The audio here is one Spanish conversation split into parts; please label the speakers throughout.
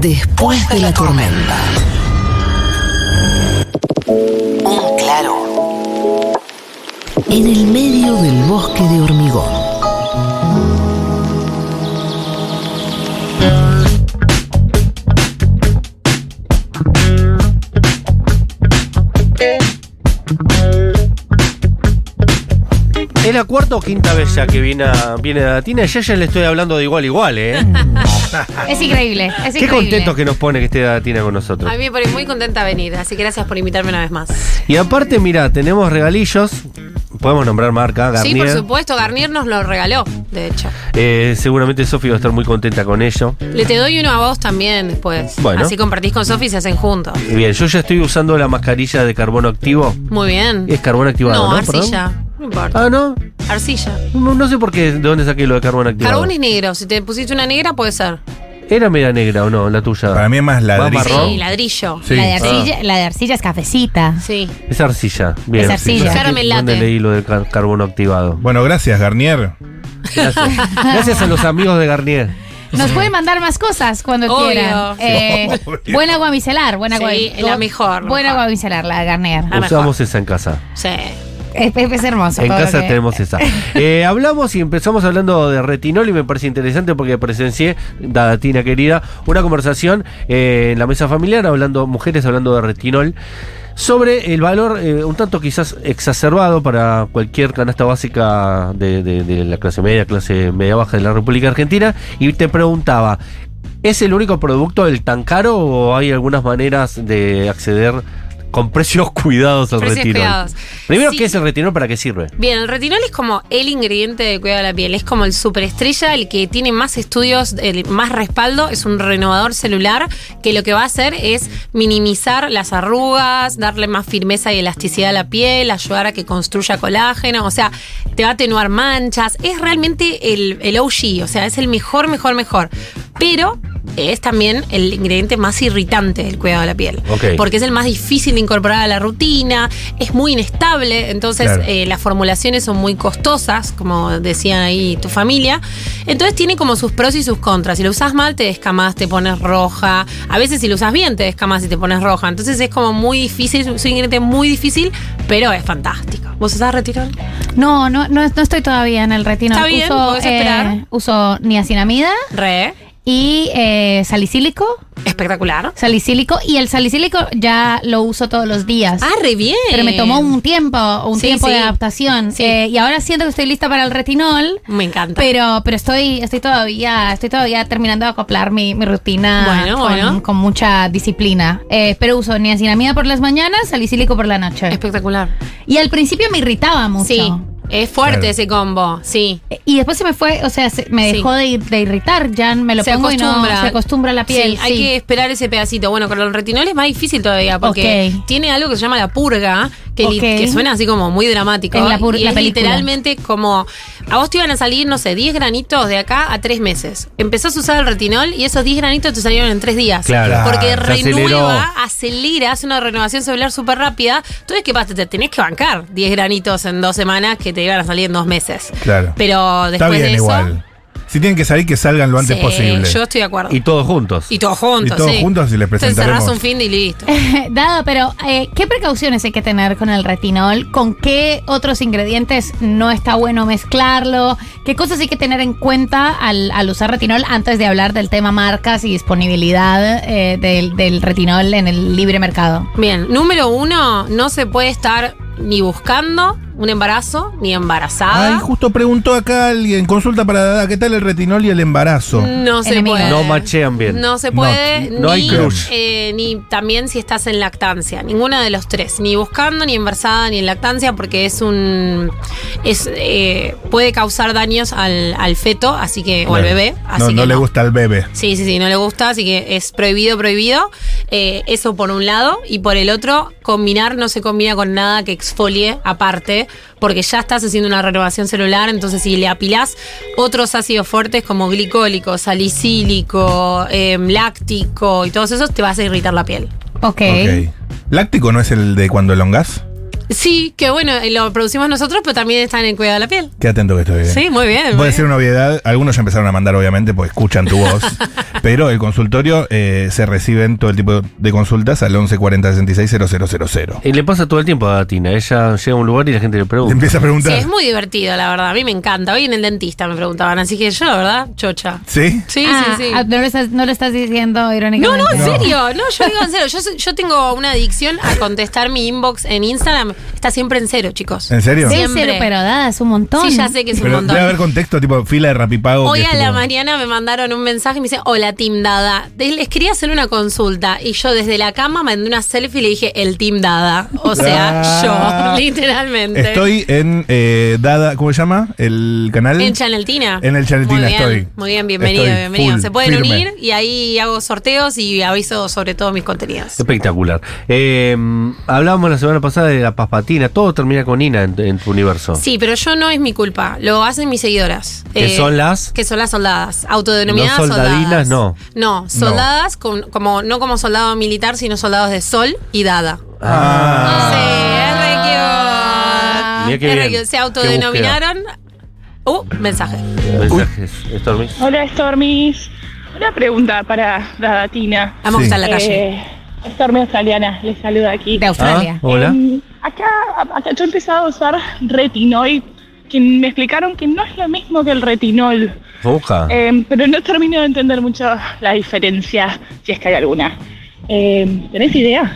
Speaker 1: Después de la tormenta. Un claro. En el medio del bosque de hormigón.
Speaker 2: Es la cuarta o quinta vez ya que viene a, viene a Datina y ya, ya le estoy hablando de igual a igual, ¿eh?
Speaker 3: Es increíble, es increíble.
Speaker 2: Qué contentos que nos pone que esté Datina con nosotros.
Speaker 4: A mí me pone muy contenta de venir, así que gracias por invitarme una vez más.
Speaker 2: Y aparte, mira, tenemos regalillos. Podemos nombrar marca,
Speaker 4: Sí, por
Speaker 2: Garnier.
Speaker 4: supuesto, Garnier nos lo regaló, de hecho.
Speaker 2: Eh, seguramente Sofi va a estar muy contenta con ello.
Speaker 4: Le te doy uno a vos también después.
Speaker 2: Bueno.
Speaker 4: Así compartís con Sofi y se hacen juntos.
Speaker 2: Bien, yo ya estoy usando la mascarilla de carbono activo.
Speaker 4: Muy bien.
Speaker 2: Es carbono activado,
Speaker 4: no,
Speaker 2: ¿no? Perdón.
Speaker 4: arcilla. No importa.
Speaker 2: Ah, ¿no?
Speaker 4: Arcilla.
Speaker 2: no. no sé por qué, de dónde saqué lo de carbono activado.
Speaker 4: Carbón es negro. Si te pusiste una negra, puede ser.
Speaker 2: ¿Era media negra o no, la tuya?
Speaker 5: Para mí es más ladrillo.
Speaker 2: marrón?
Speaker 4: Sí, ladrillo.
Speaker 5: Sí.
Speaker 3: La, de arcilla,
Speaker 2: Ah.
Speaker 3: la de arcilla es cafecita.
Speaker 4: Sí.
Speaker 2: Es arcilla. Bien.
Speaker 3: Es arcilla.
Speaker 2: No sé
Speaker 4: Caramel
Speaker 2: qué- ¿Dónde
Speaker 4: latte.
Speaker 2: leí lo de car- carbono activado?
Speaker 5: Bueno, gracias, Garnier.
Speaker 2: Gracias. Gracias a los amigos de Garnier.
Speaker 3: Nos pueden mandar más cosas cuando
Speaker 4: Obvio.
Speaker 3: quieran.
Speaker 4: Sí,
Speaker 3: Eh,
Speaker 5: obvio.
Speaker 3: buen agua micelar, buena agua
Speaker 4: Sí, la mejor,
Speaker 3: Buena
Speaker 4: mejor.
Speaker 3: agua micelar, la de Garnier.
Speaker 4: Ah, mejor.
Speaker 2: Usamos esa en casa.
Speaker 4: Sí.
Speaker 3: Es, es- es hermoso.
Speaker 2: En
Speaker 3: todo lo
Speaker 2: casa
Speaker 3: que-
Speaker 2: tenemos esa. Eh, hablamos y empezamos hablando de retinol y me parece interesante porque presencié, Dadatina querida, una conversación eh, en la mesa familiar, hablando, mujeres hablando de retinol, sobre el valor eh, un tanto quizás exacerbado para cualquier canasta básica de, de- de la clase media, clase media baja de la República Argentina. Y te preguntaba, ¿es el único producto el tan caro o hay algunas maneras de acceder? Con precios cuidados al
Speaker 4: Precios
Speaker 2: retinol.
Speaker 4: cuidados.
Speaker 2: Primero,
Speaker 4: Sí.
Speaker 2: ¿qué es el retinol? ¿Para qué sirve?
Speaker 4: Bien, el retinol es como el ingrediente de cuidado de la piel. Es como el superestrella, el que tiene más estudios, el más respaldo. Es un renovador celular que lo que va a hacer es minimizar las arrugas, darle más firmeza y elasticidad a la piel, ayudar a que construya colágeno. O sea, te va a atenuar manchas. Es realmente el, el OG. O sea, es el mejor, mejor, mejor. Pero es también el ingrediente más irritante del cuidado de la piel.
Speaker 2: Ok.
Speaker 4: Porque es el más difícil de incorporar a la rutina, es muy inestable, entonces
Speaker 5: Claro.
Speaker 4: eh, las formulaciones son muy costosas, como decía ahí tu familia. Entonces tiene como sus pros y sus contras. Si lo usas mal, te descamas, te pones roja. A veces si lo usas bien, te descamas y te pones roja. Entonces es como muy difícil, es un ingrediente muy difícil, pero es fantástico. ¿Vos usás retirón?
Speaker 3: No, no, no, no estoy todavía en el retinol.
Speaker 4: Está bien,
Speaker 3: uso, eh,
Speaker 4: podés esperar.
Speaker 3: uso niacinamida
Speaker 4: Re,
Speaker 3: y eh, salicílico.
Speaker 4: espectacular.
Speaker 3: Salicílico. Y el salicílico ya lo uso todos los días.
Speaker 4: Ah, re bien.
Speaker 3: Pero me tomó un tiempo, un
Speaker 4: Sí,
Speaker 3: tiempo
Speaker 4: sí.
Speaker 3: de adaptación.
Speaker 4: Sí.
Speaker 3: Eh, y ahora siento que estoy lista para el retinol.
Speaker 4: Me encanta.
Speaker 3: Pero, pero estoy, estoy todavía, estoy todavía terminando de acoplar mi, mi rutina
Speaker 4: Bueno,
Speaker 3: con,
Speaker 4: bueno.
Speaker 3: con mucha disciplina. Eh, pero uso niacinamida por las mañanas, salicílico por la noche.
Speaker 4: espectacular.
Speaker 3: Y al principio me irritaba mucho.
Speaker 4: Sí. Es fuerte
Speaker 5: Claro.
Speaker 4: ese combo, sí.
Speaker 3: Eh, Y después se me fue, o sea, se- me
Speaker 4: Sí.
Speaker 3: dejó de, ir- de irritar, ya me lo pongo y no se acostumbra la piel.
Speaker 4: Sí, hay
Speaker 3: sí.
Speaker 4: que esperar ese pedacito. Bueno, con el retinol es más difícil todavía porque
Speaker 3: Ok.
Speaker 4: tiene algo que se llama la purga, que, li-
Speaker 3: Ok.
Speaker 4: que suena así como muy dramático.
Speaker 3: En la pur-
Speaker 4: y
Speaker 3: la
Speaker 4: es
Speaker 3: película.
Speaker 4: literalmente como a vos te iban a salir, no sé, 10 granitos de acá a 3 meses. Empezás a usar el retinol y esos 10 granitos te salieron en 3 días.
Speaker 2: Claro.
Speaker 4: Porque
Speaker 5: Se
Speaker 4: renueva, acelera, hace una renovación celular súper rápida. Entonces, ¿qué pasa? Te tenés que bancar 10 granitos en 2 semanas que te iban a salir en 2 meses.
Speaker 5: Claro.
Speaker 4: Pero después
Speaker 5: Está bien
Speaker 4: de eso.
Speaker 5: igual. Si tienen que salir, que salgan lo antes
Speaker 4: sí,
Speaker 5: posible.
Speaker 4: Yo estoy de acuerdo.
Speaker 2: Y todos juntos.
Speaker 4: Ah. Y todos juntos.
Speaker 5: Y todos
Speaker 4: sí.
Speaker 5: juntos y le
Speaker 4: Te
Speaker 5: presentaremos.
Speaker 4: encerrás un fin de y listo.
Speaker 3: Dado, pero eh, ¿qué precauciones hay que tener con el retinol? ¿Con qué otros ingredientes no está bueno mezclarlo? ¿Qué cosas hay que tener en cuenta al, al usar retinol antes de hablar del tema marcas y disponibilidad eh, del, del retinol en el libre mercado?
Speaker 4: Bien, número uno, no se puede estar ni buscando un embarazo ni
Speaker 5: Ay,
Speaker 4: embarazada.
Speaker 5: justo preguntó acá alguien, consulta para Dada, ¿qué tal el retinol y el embarazo?
Speaker 4: no se
Speaker 3: Enemigo.
Speaker 4: puede.
Speaker 2: No machean bien.
Speaker 4: No se puede.
Speaker 2: No, no hay
Speaker 4: ni,
Speaker 2: crush.
Speaker 4: eh, ni también si estás en lactancia. Ninguno de los tres. Ni buscando, ni embarazada, ni en lactancia, porque es un. es eh, Puede causar daños al, al feto, así que. o al bebé. Así
Speaker 5: no,
Speaker 4: que
Speaker 5: no le gusta al bebé.
Speaker 4: Sí, sí, sí, no le gusta, así que es prohibido, prohibido. Eh, eso por un lado. Y por el otro, combinar no se combina con nada que exfolie aparte, porque ya estás haciendo una renovación celular, entonces si le apilás otros ácidos fuertes como glicólico, salicílico, em, láctico y todos esos, te vas a irritar la piel.
Speaker 3: Ok.
Speaker 5: Ok. ¿Láctico no es el de cuando elongas?
Speaker 4: Sí, que bueno, eh, lo producimos nosotros, pero también están en Cuidado de la Piel.
Speaker 5: Qué atento que estoy. eh.
Speaker 4: Sí, muy bien.
Speaker 5: Voy a
Speaker 4: muy
Speaker 5: decir
Speaker 4: bien.
Speaker 5: una obviedad. Algunos ya empezaron a mandar, obviamente, porque escuchan tu voz. pero el consultorio eh, se reciben todo el tipo de consultas al 1140 66
Speaker 2: Y le pasa todo el tiempo a Tina. Ella llega a un lugar y la gente le
Speaker 5: Te
Speaker 2: pregunta.
Speaker 5: empieza a
Speaker 4: Sí,
Speaker 5: preguntar.
Speaker 4: es muy divertido, la verdad. A mí me encanta. Hoy en el dentista me preguntaban, así que yo, la verdad, chocha.
Speaker 5: ¿Sí?
Speaker 4: Sí,
Speaker 3: Ah,
Speaker 4: sí, sí.
Speaker 3: ah, No lo, estás, no lo estás diciendo
Speaker 4: No,
Speaker 3: irónicamente.
Speaker 4: no, en
Speaker 5: No.
Speaker 4: serio. No, yo digo en serio. Yo, soy- yo tengo una adicción a contestar mi inbox en Instagram. Está siempre en cero, chicos.
Speaker 5: ¿En serio?
Speaker 3: Sí,
Speaker 4: Siempre.
Speaker 3: cero, pero da, es un montón.
Speaker 4: Sí, ya sé que es un
Speaker 5: Pero
Speaker 4: montón.
Speaker 5: debe haber contexto, tipo fila de rapipago.
Speaker 4: Hoy
Speaker 5: que es
Speaker 4: a la
Speaker 5: como-
Speaker 4: mañana me mandaron un mensaje y me dice, hola Team Dada. De- Les quería hacer una consulta. Y yo desde la cama mandé una selfie y le dije, el Team Dada. O sea,
Speaker 5: Ah.
Speaker 4: yo, literalmente.
Speaker 5: Estoy en eh, Dada, ¿cómo se llama? El canal.
Speaker 4: En Chaneltina.
Speaker 5: En el Chaneltina
Speaker 4: muy bien,
Speaker 5: estoy.
Speaker 4: Muy bien, bienvenido,
Speaker 5: Estoy
Speaker 4: bienvenido.
Speaker 5: full,
Speaker 4: Se pueden
Speaker 5: firme.
Speaker 4: unir y ahí hago sorteos y aviso sobre todos mis contenidos.
Speaker 2: Espectacular. Eh, hablábamos la semana pasada de la paspatina. Todo termina con Ina en, en tu universo.
Speaker 4: Sí, pero yo no es mi culpa. Lo hacen mis seguidoras. Eh,
Speaker 2: ¿Que son las?
Speaker 4: Que son las soldadas. Autodenominadas
Speaker 2: No soldadinas,
Speaker 4: soldadas.
Speaker 2: no.
Speaker 4: No, soldadas, con- como, no como soldado militar, sino soldados de sol y dada.
Speaker 5: Ah.
Speaker 4: Sí, es re cute.
Speaker 2: Mirá qué
Speaker 4: Es re
Speaker 2: bien.
Speaker 4: cute. Se
Speaker 2: Qué
Speaker 4: autodenominaron. Uh, mensaje.
Speaker 2: Mensajes. Stormy.
Speaker 6: Hola Stormis, una pregunta para Dadatina.
Speaker 4: Vamos
Speaker 5: Sí.
Speaker 4: a estar en la calle.
Speaker 6: Eh, Stormy australiana, les saluda aquí.
Speaker 3: De Australia.
Speaker 2: Ah, hola.
Speaker 6: Em, acá, acá yo he empezado a usar retinoid, que me explicaron que no es lo mismo que el retinol,
Speaker 2: Oja.
Speaker 6: Em, pero no termino de entender mucho la diferencia, si es que hay alguna. Em, ¿Tenés idea?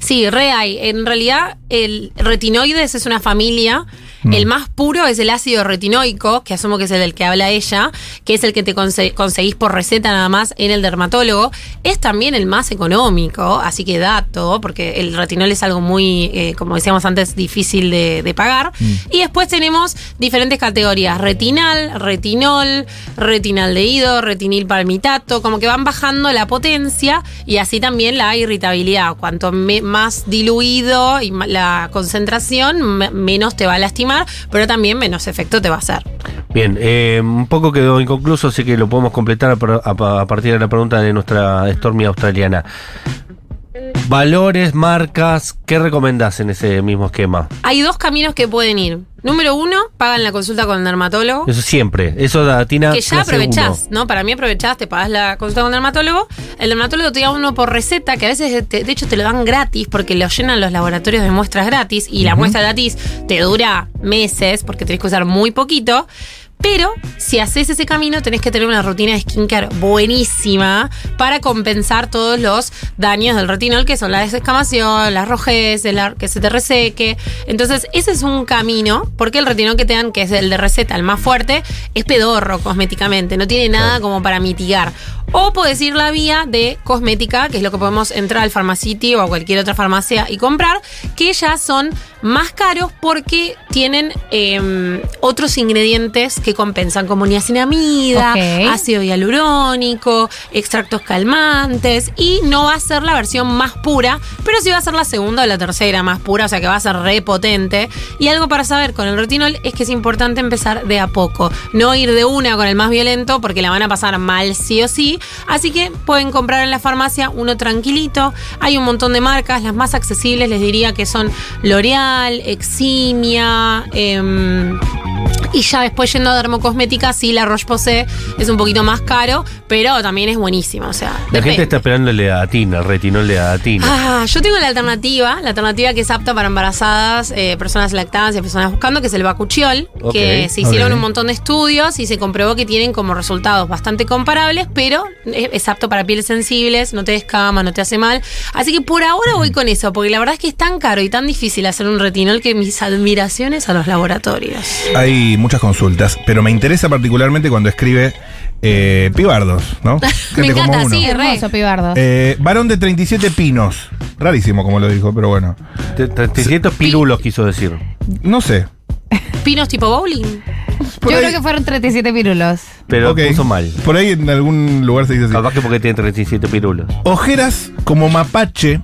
Speaker 4: Sí, re hay. En realidad, el retinoides es una familia. El más puro es el ácido retinoico, que asumo que es el del que habla ella, que es el que te conse- conseguís por receta nada más en el dermatólogo. Es también el más económico, así que dato, porque el retinol es algo muy, eh, como decíamos antes, difícil de, de pagar. Y después tenemos diferentes categorías: retinal, retinol, retinaldehído, retinil palmitato, como que van bajando la potencia y así también la irritabilidad. Cuanto me- más diluido y ma- la concentración, me- menos te va a lastimar, pero también menos efecto te va a hacer.
Speaker 2: Bien, eh, un poco quedó inconcluso, así que lo podemos completar a, par- a pa- a partir de la pregunta de nuestra Stormy australiana. Valores, marcas, ¿qué recomendás en ese mismo esquema?
Speaker 4: Hay dos caminos que pueden ir. Número uno, pagan la consulta con el dermatólogo.
Speaker 2: Eso siempre, eso da Tina.
Speaker 4: Que ya
Speaker 2: clase
Speaker 4: aprovechás,
Speaker 2: uno.
Speaker 4: ¿no? Para mí aprovechás, te pagás la consulta con el dermatólogo. El dermatólogo te da uno por receta, que a veces, te- de hecho, te lo dan gratis porque lo llenan los laboratorios de muestras gratis y la muestra gratis te dura meses porque tenés que usar muy poquito. Pero si haces ese camino, tenés que tener una rutina de skincare buenísima para compensar todos los daños del retinol, que son la desescamación, las rojeces, la- que se te reseque. Entonces, ese es un camino, porque el retinol que te dan, que es el de receta, el más fuerte, es pedorro cosméticamente, no tiene nada como para mitigar. O puedes ir la vía de cosmética, que es lo que podemos entrar al Pharmacity o a cualquier otra farmacia y comprar, que ya son más caros porque tienen eh, otros ingredientes que compensan, como niacinamida,
Speaker 3: Ok.
Speaker 4: ácido hialurónico, extractos calmantes, y no va a ser la versión más pura, pero sí va a ser la segunda o la tercera más pura, o sea que va a ser re potente. Y algo para saber con el retinol es que es importante empezar de a poco, no ir de una con el más violento porque la van a pasar mal sí o sí, así que pueden comprar en la farmacia uno tranquilito, hay un montón de marcas, las más accesibles les diría que son L'Oreal, Eximia, em, y ya después yendo a dermocosmética, sí, la Roche Posay es un poquito más caro, pero también es buenísima. O sea,
Speaker 2: La gente
Speaker 4: depende.
Speaker 2: está esperándole a Tina, el retinol le da a Tina.
Speaker 4: Ah, yo tengo la alternativa, la alternativa que es apta para embarazadas, eh, personas lactadas y personas buscando, que es el bacuchiol,
Speaker 2: Ok,
Speaker 4: que se hicieron
Speaker 5: ok.
Speaker 4: un montón de estudios y se comprobó que tienen como resultados bastante comparables, pero es, es apto para pieles sensibles, no te descama, no te hace mal. Así que por ahora voy con eso, porque la verdad es que es tan caro y tan difícil hacer un retinol que mis admiraciones a los laboratorios.
Speaker 5: Hay muchas consultas, pero me interesa particularmente cuando escribe eh, pibardos, ¿no?
Speaker 4: Me
Speaker 5: Gente como
Speaker 4: encanta,
Speaker 5: uno.
Speaker 4: sí, re.
Speaker 3: Hermoso, pibardo.
Speaker 5: Eh, varón de 37 pinos. Rarísimo como lo dijo, pero bueno.
Speaker 2: Te- te- 300 pirulos quiso decir.
Speaker 5: No sé.
Speaker 4: Pinos tipo bowling.
Speaker 5: Por
Speaker 3: Yo
Speaker 5: ahí-
Speaker 3: creo que fueron 37 pirulos.
Speaker 2: Pero
Speaker 5: ok.
Speaker 2: puso mal.
Speaker 5: Por ahí en algún lugar se dice así.
Speaker 2: Capaz que porque tiene 37 pirulos.
Speaker 5: Ojeras como mapache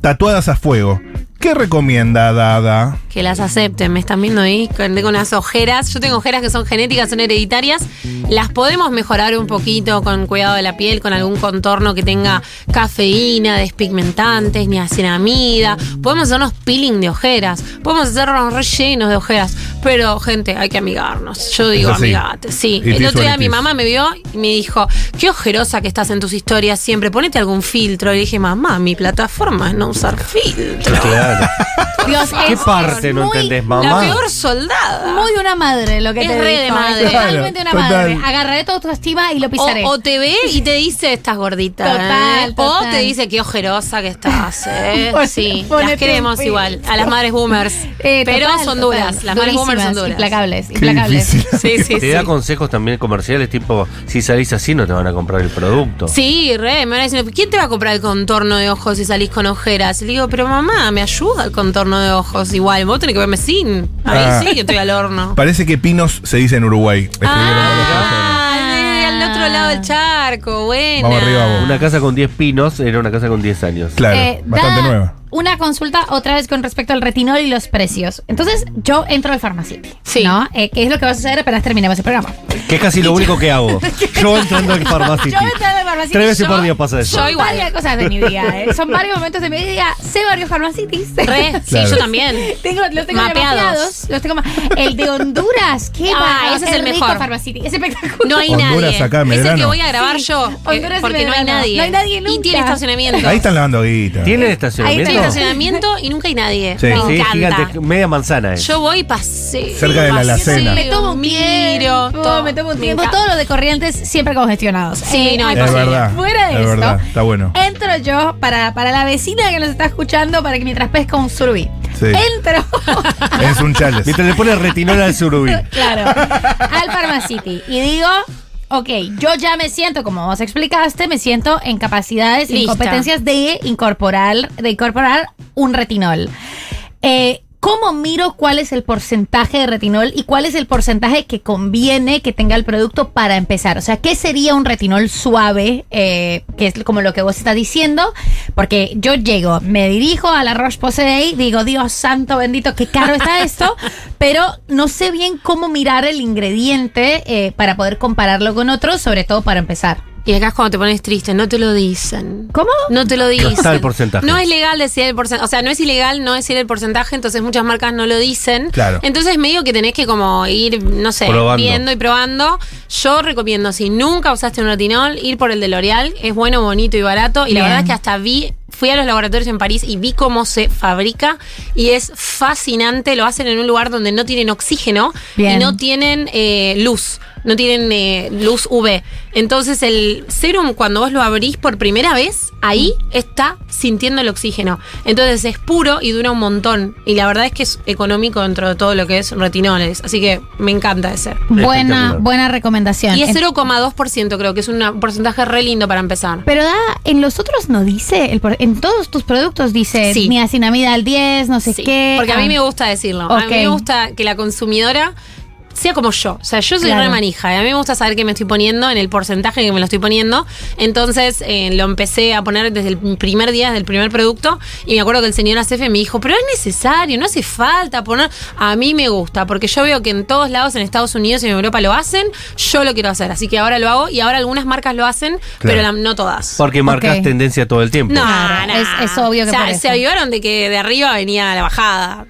Speaker 5: tatuadas a fuego. ¿Qué recomienda Dada?
Speaker 4: que las acepten. Me están viendo ahí con, con las ojeras. Yo tengo ojeras que son genéticas, son hereditarias. Las podemos mejorar un poquito con cuidado de la piel, con algún contorno que tenga cafeína, despigmentantes, niacinamida. Podemos hacernos peeling de ojeras. Podemos hacernos rellenos de ojeras. Pero, gente, hay que amigarnos. Yo digo,
Speaker 5: Eso sí.
Speaker 4: amigate. Sí.
Speaker 5: It
Speaker 4: El
Speaker 5: is
Speaker 4: otro
Speaker 5: what
Speaker 4: día
Speaker 5: it
Speaker 4: mi
Speaker 5: is.
Speaker 4: mamá me vio y me dijo, qué ojerosa que estás en tus historias siempre. Ponete algún filtro. Y le dije, mamá, mi plataforma es no usar filtro.
Speaker 2: Claro.
Speaker 3: Dios,
Speaker 2: ¿Qué
Speaker 3: es
Speaker 2: parte no
Speaker 3: muy-
Speaker 2: entendés,
Speaker 4: La
Speaker 2: mamá?
Speaker 4: peor soldada.
Speaker 3: Muy una madre lo que
Speaker 4: Ah. Es
Speaker 3: te
Speaker 4: re
Speaker 3: dijo,
Speaker 4: de madre.
Speaker 3: es Totalmente
Speaker 5: Claro,
Speaker 3: una madre.
Speaker 5: total.
Speaker 3: Agarraré toda tu estima y lo pisaré.
Speaker 4: O, o te ve y te dice, estás gordita.
Speaker 3: Total,
Speaker 4: ¿eh?".
Speaker 3: total.
Speaker 4: O te dice, qué ojerosa que estás. ¿eh?".
Speaker 3: Pon-
Speaker 4: sí,
Speaker 3: ponete
Speaker 4: las queremos
Speaker 3: un
Speaker 4: igual.
Speaker 3: filtro.
Speaker 4: A las madres boomers.
Speaker 3: Eh,
Speaker 4: pero
Speaker 3: total,
Speaker 4: son
Speaker 3: total.
Speaker 4: duras. Las madres boomers son
Speaker 3: Durísimas,
Speaker 4: duras.
Speaker 3: Implacables,
Speaker 5: Qué
Speaker 3: implacables. Eh,
Speaker 5: difícil.
Speaker 4: Sí, sí,
Speaker 2: Te
Speaker 4: sí.
Speaker 2: da consejos también comerciales, tipo, si salís así no te van a comprar el producto.
Speaker 4: Sí, re, me van a decir, ¿quién te va a comprar el contorno de ojos si salís con ojeras? Y le digo, pero mamá, me ayuda el contorno de ojos. Igual, vos tenés que verme sin. Ahí
Speaker 5: Ah.
Speaker 4: sí que estoy al horno.
Speaker 5: Parece que Pinos se dice en Uruguay.
Speaker 2: Ah,
Speaker 5: Escribieron varias personas.
Speaker 4: Ah, al otro lado del charco, bueno.
Speaker 5: Vamos arriba,
Speaker 4: Ah.
Speaker 5: vos.
Speaker 2: Una casa con 10 pinos era una casa con 10 años.
Speaker 5: Claro,
Speaker 3: Eh,
Speaker 5: bastante
Speaker 3: da
Speaker 5: nueva.
Speaker 3: Una consulta otra vez con respecto al retinol y los precios. Entonces, yo entro al Pharmacity.
Speaker 4: Sí.
Speaker 3: ¿No? Eh, que es lo que va a suceder apenas terminemos el programa.
Speaker 2: Que es casi lo único que hago. Yo entrando en farmacia.
Speaker 3: Yo entro al Pharmacity.
Speaker 2: Tres veces
Speaker 3: yo-
Speaker 2: por día pasa eso.
Speaker 4: yo
Speaker 3: Son
Speaker 4: igual.
Speaker 3: varias cosas de mi día. eh. Son varios momentos de mi día. Sé varios Pharmacities.
Speaker 4: Re, sí,
Speaker 5: Claro.
Speaker 4: yo también.
Speaker 3: Tengo, los tengo
Speaker 4: Mapeados.
Speaker 3: mapeados. Los tengo ma- el de Honduras. Qué
Speaker 4: Ah,
Speaker 3: bárbaro,
Speaker 4: ese
Speaker 3: qué
Speaker 4: es el
Speaker 3: rico
Speaker 4: mejor.
Speaker 3: Pharmacity. Es espectacular.
Speaker 4: No hay
Speaker 5: Honduras
Speaker 4: nadie.
Speaker 5: acá,
Speaker 4: es el que
Speaker 5: Belgrano.
Speaker 4: voy a grabar
Speaker 3: Sí,
Speaker 4: yo. eh,
Speaker 3: Honduras y
Speaker 4: porque no hay
Speaker 3: Belgrano.
Speaker 4: nadie.
Speaker 3: No hay nadie
Speaker 4: Y
Speaker 3: nunca.
Speaker 4: tiene estacionamiento.
Speaker 5: Ahí están lavando guita.
Speaker 2: ¿Tienen
Speaker 3: Ahí
Speaker 2: estacionamiento?
Speaker 4: Tiene
Speaker 3: No.
Speaker 4: estacionamiento y nunca hay nadie.
Speaker 5: Sí.
Speaker 4: Me
Speaker 5: Sí,
Speaker 2: Sí,
Speaker 4: encanta.
Speaker 2: gigante, media manzana es.
Speaker 4: Yo voy y paseo.
Speaker 5: Cerca de la alacena.
Speaker 3: Me tomo un
Speaker 4: miro.
Speaker 3: tiempo,
Speaker 4: todo.
Speaker 3: me tomo un
Speaker 4: Me
Speaker 3: tiempo.
Speaker 4: encanta.
Speaker 3: Todo lo de corrientes siempre congestionados. Eh,
Speaker 4: Sí, no,
Speaker 3: hay
Speaker 4: es
Speaker 5: Es verdad.
Speaker 3: Fuera de
Speaker 5: es
Speaker 3: esto,
Speaker 5: verdad, está bueno.
Speaker 3: Entro yo para, para la vecina que nos está escuchando para que mientras pesca un surubí.
Speaker 5: Sí.
Speaker 3: Entro,
Speaker 5: Es un chales.
Speaker 2: Mientras le pones retinol al surubí.
Speaker 3: claro, al Pharmacity y digo, ok, yo ya me siento, como vos explicaste, me siento en capacidades, en
Speaker 4: Lista.
Speaker 3: competencias de incorporar, de incorporar un retinol. Eh, ¿Cómo miro cuál es el porcentaje de retinol y cuál es el porcentaje que conviene que tenga el producto para empezar? O sea, ¿qué sería un retinol suave? eh, que es como lo que vos estás diciendo. Porque yo llego, me dirijo a la Roche Posay, digo, Dios santo bendito, qué caro está esto. pero no sé bien cómo mirar el ingrediente eh, para poder compararlo con otros, sobre todo para empezar.
Speaker 4: Y acá es cuando te pones triste, no te lo dicen.
Speaker 3: ¿Cómo?
Speaker 4: No te lo dicen.
Speaker 2: está el porcentaje.
Speaker 4: No es legal decir el porcentaje. O sea, no es ilegal no decir el porcentaje, entonces muchas marcas no lo dicen.
Speaker 5: Claro.
Speaker 4: Entonces medio que tenés que como ir, no sé,
Speaker 2: Probando.
Speaker 4: viendo y probando. Yo recomiendo, si nunca usaste un retinol, ir por el de L'Oreal. Es bueno, bonito y barato. Y
Speaker 3: Bien.
Speaker 4: la verdad es que hasta vi, fui a los laboratorios en París y vi cómo se fabrica. Y es fascinante. Lo hacen en un lugar donde no tienen oxígeno
Speaker 3: Bien.
Speaker 4: y no tienen eh, luz, no tienen eh, luz UV. Entonces el serum cuando vos lo abrís por primera vez, ahí
Speaker 3: Mm.
Speaker 4: está sintiendo el oxígeno. Entonces es puro y dura un montón. Y la verdad es que es económico dentro de todo lo que es retinoles. Así que me encanta ese.
Speaker 3: Buena,
Speaker 2: Espectacular.
Speaker 3: buena recomendación.
Speaker 4: Y es
Speaker 3: En-
Speaker 4: 0,2% creo que es una- un porcentaje re lindo para empezar.
Speaker 3: Pero da, en los otros no dice, el por- en todos tus productos dice
Speaker 4: Sí.
Speaker 3: niacinamida al 10, no sé
Speaker 4: Sí,
Speaker 3: qué.
Speaker 4: Porque a
Speaker 3: Ah.
Speaker 4: mí me gusta decirlo. A
Speaker 3: Ok.
Speaker 4: mí me gusta que la consumidora sea como yo. O sea, yo soy
Speaker 3: Claro.
Speaker 4: re manija. y a mí me gusta saber qué me estoy poniendo en el porcentaje que me lo estoy poniendo. Entonces eh, lo empecé a poner desde el primer día, desde el primer producto. Y me acuerdo que el señor ACF me dijo, pero es necesario, no hace falta poner. A mí me gusta, porque yo veo que en todos lados, en Estados Unidos y en Europa lo hacen. Yo lo quiero hacer. Así que ahora lo hago. Y ahora algunas marcas lo hacen, pero la- no todas.
Speaker 2: Porque marcas
Speaker 3: Ok.
Speaker 2: tendencia todo el tiempo.
Speaker 4: No,
Speaker 3: Claro,
Speaker 4: no.
Speaker 3: es- es obvio que
Speaker 4: O sea,
Speaker 3: por eso.
Speaker 4: se avivaron de que de arriba venía la bajada.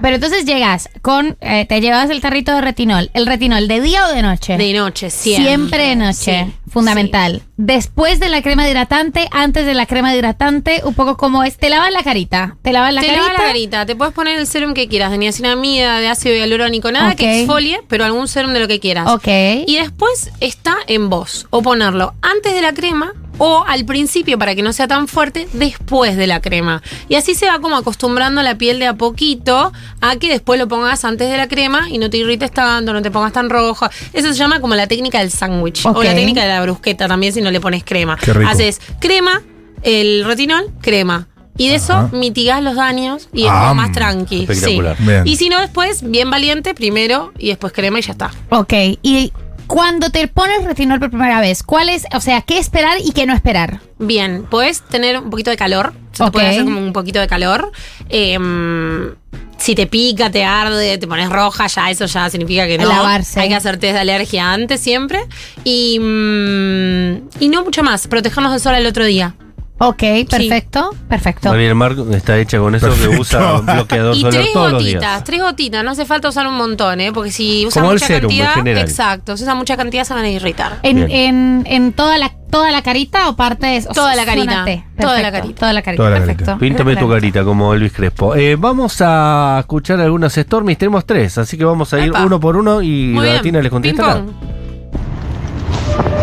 Speaker 3: Pero entonces llegas con, eh, te llevas el tarrito de retinol. ¿El retinol de día o de noche?
Speaker 4: De noche, siempre.
Speaker 3: Siempre, de noche,
Speaker 4: Sí,
Speaker 3: fundamental. Después de la crema de hidratante, antes de la crema de hidratante, un poco como es, te lavas la carita, te lavas la
Speaker 4: te
Speaker 3: carita.
Speaker 4: lavas la carita, te puedes poner el serum que quieras, de niacinamida, de ácido hialurónico, nada
Speaker 3: Ok.
Speaker 4: que exfolie, pero algún serum de lo que quieras.
Speaker 3: Ok.
Speaker 4: Y después está en vos, o ponerlo antes de la crema o al principio para que no sea tan fuerte, después de la crema. Y así se va como acostumbrando la piel de a poquito a que después lo pongas antes de la crema y no te irrites tanto, no te pongas tan rojo. Eso se llama como la técnica del sándwich o
Speaker 3: Ok.
Speaker 4: la técnica de la brusqueta también si no le pones crema.
Speaker 5: Qué rico.
Speaker 4: Haces crema, el retinol, crema. Y de eso
Speaker 5: Ajá.
Speaker 4: mitigás los daños y es
Speaker 5: Ah,
Speaker 4: como más tranqui.
Speaker 2: espectacular.
Speaker 4: sí.
Speaker 5: Bien.
Speaker 4: Y si no, después bien valiente primero y después crema y ya está.
Speaker 3: Ok, y Cuando te pones retinol por primera vez, ¿cuál es, o sea, qué esperar y qué no esperar?
Speaker 4: Bien, puedes tener un poquito de calor. Se te
Speaker 3: Ok.
Speaker 4: puede hacer como un poquito de calor. Em, si te pica, te arde, te pones roja, ya eso ya significa que no.
Speaker 3: Lavarse.
Speaker 4: Hay que hacer test de alergia antes siempre. Y, mm, y no mucho más. Protegernos del sol al otro día.
Speaker 3: Ok, perfecto, perfecto.
Speaker 2: Mariel Mar está hecha con eso que
Speaker 5: Perfecto.
Speaker 2: usa bloqueador
Speaker 4: Y
Speaker 2: solar
Speaker 4: tres
Speaker 2: todos los
Speaker 4: gotitas,
Speaker 2: días.
Speaker 4: tres gotitas, no hace falta usar un montón, ¿eh? porque si usas
Speaker 2: Como el
Speaker 4: mucha
Speaker 2: serum, en
Speaker 4: cantidad,
Speaker 2: general.
Speaker 4: exacto, si usas mucha cantidad se van a irritar.
Speaker 3: ¿En,
Speaker 2: Bien.
Speaker 3: en, en toda, la, toda la carita o partes? o
Speaker 4: Toda
Speaker 3: sea,
Speaker 4: la carita,
Speaker 3: suénate.
Speaker 4: toda la
Speaker 3: Perfecto,
Speaker 4: carita.
Speaker 3: Toda la carita.
Speaker 5: Toda la carita.
Speaker 3: perfecto.
Speaker 2: Píntame tu
Speaker 3: Claro.
Speaker 2: carita como Elvis Crespo. Eh, vamos a escuchar algunas Stormies. Tenemos tres, así que vamos a ir
Speaker 4: Epa.
Speaker 2: uno por uno y
Speaker 4: Muy
Speaker 2: la
Speaker 4: bien.
Speaker 2: Latina les contestará.
Speaker 4: Ping pong.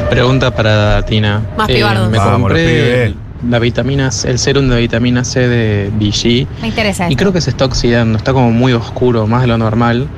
Speaker 7: Pregunta para Tina. Eh,
Speaker 4: Más pibardos.
Speaker 7: me
Speaker 5: Vamos, los
Speaker 7: compré
Speaker 5: pibes.
Speaker 7: la vitamina, C- el serum de vitamina C de BG
Speaker 3: Me interesa
Speaker 7: y
Speaker 3: eso.
Speaker 7: creo que se está oxidando, está como muy oscuro, más de lo normal,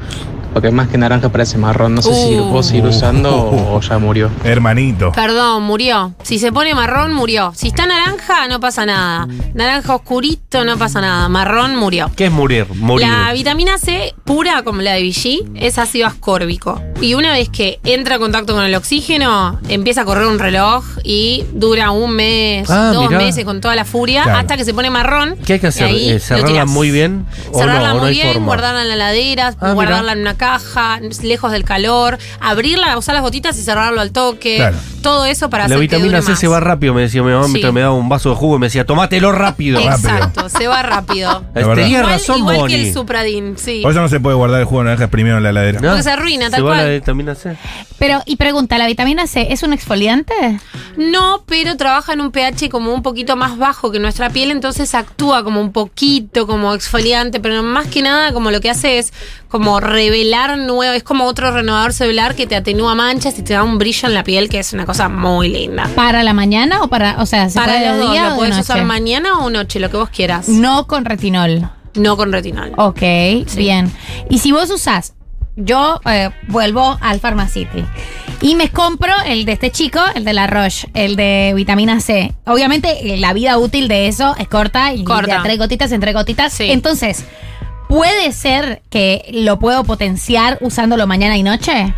Speaker 7: porque más que naranja parece marrón. No sé si
Speaker 4: Uh.
Speaker 7: lo puedo seguir usando
Speaker 5: Uh.
Speaker 7: o ya murió.
Speaker 5: Hermanito.
Speaker 4: Perdón, murió. Si se pone marrón, murió. Si está naranja, no pasa nada. Naranja oscurito, no pasa nada. Marrón, murió.
Speaker 2: ¿Qué es morir? Morir.
Speaker 4: La vitamina C pura, como la de Vichy, es ácido ascórbico. Y una vez que entra en contacto con el oxígeno, empieza a correr un reloj y dura un mes,
Speaker 2: Ah,
Speaker 4: dos
Speaker 2: mirá.
Speaker 4: meses con toda la furia,
Speaker 5: Claro.
Speaker 4: hasta que se pone marrón.
Speaker 2: ¿Qué hay que hacer?
Speaker 4: y ahí
Speaker 2: Eh,
Speaker 4: lo
Speaker 2: ¿Cerrarla
Speaker 4: tirás.
Speaker 2: muy bien? ¿O
Speaker 4: Cerrarla
Speaker 2: no? ¿O no
Speaker 4: muy
Speaker 2: hay
Speaker 4: bien,
Speaker 2: forma?
Speaker 4: guardarla en la heladera,
Speaker 2: Ah,
Speaker 4: guardarla
Speaker 2: mirá.
Speaker 4: en una caja, lejos del calor, abrirla, usar las gotitas y cerrarlo al toque.
Speaker 5: Claro.
Speaker 4: Todo eso para
Speaker 2: La
Speaker 4: hacer que
Speaker 2: vitamina
Speaker 4: dure
Speaker 2: C
Speaker 4: más.
Speaker 2: se va rápido, me decía mi mamá,
Speaker 4: Sí.
Speaker 2: mientras me daba un vaso de jugo y me decía, tomátelo rápido.
Speaker 4: Exacto, se va rápido.
Speaker 5: La verdad.
Speaker 2: Tenía
Speaker 4: igual
Speaker 2: razón,
Speaker 4: igual
Speaker 2: Bonnie.
Speaker 4: que el Supradin, sí.
Speaker 5: Por eso no se puede guardar el jugo de naranja primero en la heladera.
Speaker 2: No,
Speaker 4: Porque se arruina, tal
Speaker 2: se va la
Speaker 4: cual.
Speaker 2: vitamina C.
Speaker 3: Pero, y pregunta, ¿la vitamina C es un exfoliante?
Speaker 4: No, pero trabaja en un pH como un poquito más bajo que nuestra piel, entonces actúa como un poquito como exfoliante, pero más que nada como lo que hace es como revelar nuevo, es como otro renovador celular que te atenúa manchas y te da un brillo en la piel que es una cosa muy linda.
Speaker 3: ¿Para la mañana o para, o sea, ¿se puede
Speaker 4: Para
Speaker 3: de
Speaker 4: los dos,
Speaker 3: día o de
Speaker 4: lo puedes
Speaker 3: noche?
Speaker 4: usar mañana o noche, lo que vos quieras.
Speaker 3: No Oh. con retinol.
Speaker 4: No con retinol.
Speaker 3: Ok, bien. Y si vos usás, yo eh, vuelvo al Pharmacity y me compro el de este chico, el de la Roche, el de vitamina C. Obviamente eh, la vida útil de eso es corta y
Speaker 4: Corta.
Speaker 3: de a tres gotitas en tres gotitas.
Speaker 4: Sí.
Speaker 3: Entonces, ¿puede ser que lo puedo potenciar usándolo mañana y noche?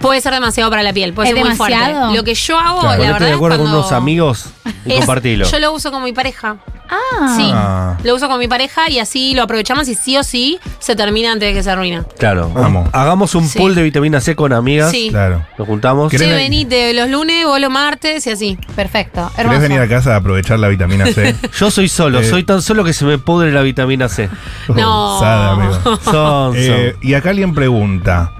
Speaker 4: Puede ser demasiado para la piel, puede
Speaker 3: ¿Es
Speaker 4: ser muy fuerte.
Speaker 3: demasiado?
Speaker 4: Lo que yo hago,
Speaker 5: Claro,
Speaker 4: la
Speaker 2: Ponete
Speaker 4: verdad
Speaker 2: de acuerdo
Speaker 4: es cuando
Speaker 2: con unos amigos y
Speaker 4: es-
Speaker 2: compartilo.
Speaker 4: Yo lo uso con mi pareja.
Speaker 3: Ah,
Speaker 4: Sí.
Speaker 5: Ah.
Speaker 4: Lo uso con mi pareja y así lo aprovechamos y sí o sí se termina antes de que se arruine.
Speaker 2: Claro.
Speaker 5: Vamos.
Speaker 2: Hagamos un
Speaker 4: Sí.
Speaker 2: pool de vitamina C con amigas.
Speaker 4: Sí.
Speaker 5: Claro.
Speaker 2: Nos juntamos.
Speaker 5: ¿Querés-
Speaker 4: Che,
Speaker 5: Creen-
Speaker 4: venite los lunes, vos los martes y así.
Speaker 3: perfecto.
Speaker 5: ¿Querés venir
Speaker 3: Hermoso.
Speaker 5: a casa a aprovechar la vitamina C?
Speaker 2: Yo soy solo,
Speaker 5: Eh.
Speaker 2: soy tan solo que se me pudre la vitamina C.
Speaker 4: No.
Speaker 5: Sada, amigo.
Speaker 2: Son, son.
Speaker 5: Eh, y acá alguien pregunta: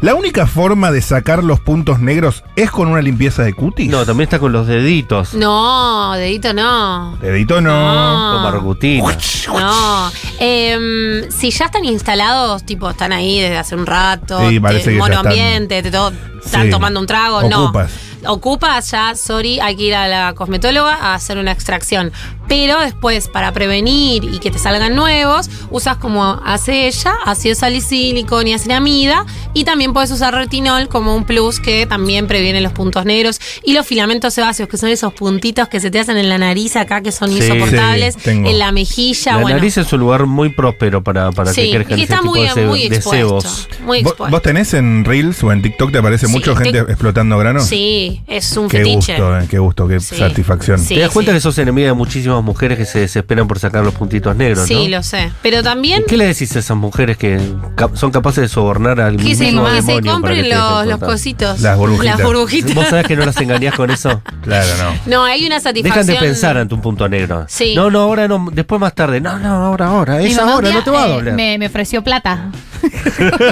Speaker 5: ¿La única forma de sacar los puntos negros es con una limpieza de cutis?
Speaker 2: No, también está con los deditos.
Speaker 4: No, dedito no.
Speaker 5: Dedito no.
Speaker 4: No.
Speaker 2: Con barbutina.
Speaker 4: No. Em, si ya están instalados, tipo, están ahí desde hace un rato,
Speaker 5: Sí, parece que ya
Speaker 4: mono
Speaker 5: están-
Speaker 4: ambiente, te- todo, están
Speaker 5: Sí.
Speaker 4: tomando un trago,
Speaker 5: Ocupas.
Speaker 4: no. Ocupas ya, sorry, hay que ir a la cosmetóloga a hacer una extracción. Pero después, para prevenir y que te salgan nuevos, usas como hace ella, ácido salicílico, niacinamida, y también puedes usar retinol como un plus que también previene los puntos negros y los filamentos sebáceos, que son esos puntitos que se te hacen en la nariz acá, que son
Speaker 2: Sí,
Speaker 4: insoportables,
Speaker 5: sí, tengo.
Speaker 4: en la mejilla,
Speaker 2: la
Speaker 4: bueno.
Speaker 2: nariz es un lugar muy próspero para, para que
Speaker 4: sí,
Speaker 2: crezcan
Speaker 4: y
Speaker 2: ese
Speaker 4: está
Speaker 2: tipo
Speaker 4: muy,
Speaker 2: de, sebo-
Speaker 4: muy
Speaker 2: de
Speaker 4: expuesto.
Speaker 2: sebos.
Speaker 4: Muy
Speaker 5: ¿Vos,
Speaker 4: expuesto.
Speaker 5: vos tenés en Reels o en TikTok te aparece
Speaker 4: Sí,
Speaker 5: mucho gente
Speaker 4: te-
Speaker 5: explotando granos?
Speaker 4: Sí, es un
Speaker 5: Qué
Speaker 4: fetiche.
Speaker 5: gusto, eh, qué gusto, qué
Speaker 4: Sí.
Speaker 5: satisfacción.
Speaker 4: Sí.
Speaker 2: Te das cuenta que sos enemiga de muchísimas mujeres que se desesperan por sacar los puntitos negros,
Speaker 4: sí,
Speaker 2: ¿no?
Speaker 4: lo sé. Pero también
Speaker 2: ¿Y ¿Qué le decís a esas mujeres que cap- son capaces de sobornar al
Speaker 4: que se,
Speaker 2: mismo
Speaker 4: que
Speaker 2: demonio
Speaker 4: se
Speaker 2: para que
Speaker 4: eh, compren
Speaker 2: te dejen
Speaker 4: los, los
Speaker 2: contar?
Speaker 4: cositos.
Speaker 5: Las burbujitas.
Speaker 4: Las burbujitas.
Speaker 2: ¿Vos sabés que no las engañás con eso?
Speaker 5: Claro, no.
Speaker 4: No, hay una satisfacción.
Speaker 2: Dejan de pensar ante un punto negro.
Speaker 4: Sí.
Speaker 2: No, no, ahora no, después más tarde. No, no, ahora, ahora.
Speaker 3: Mi
Speaker 2: Es
Speaker 3: mamá un
Speaker 2: ahora,
Speaker 3: día,
Speaker 2: no te va a
Speaker 3: eh,
Speaker 2: doler.
Speaker 3: me, me ofreció plata.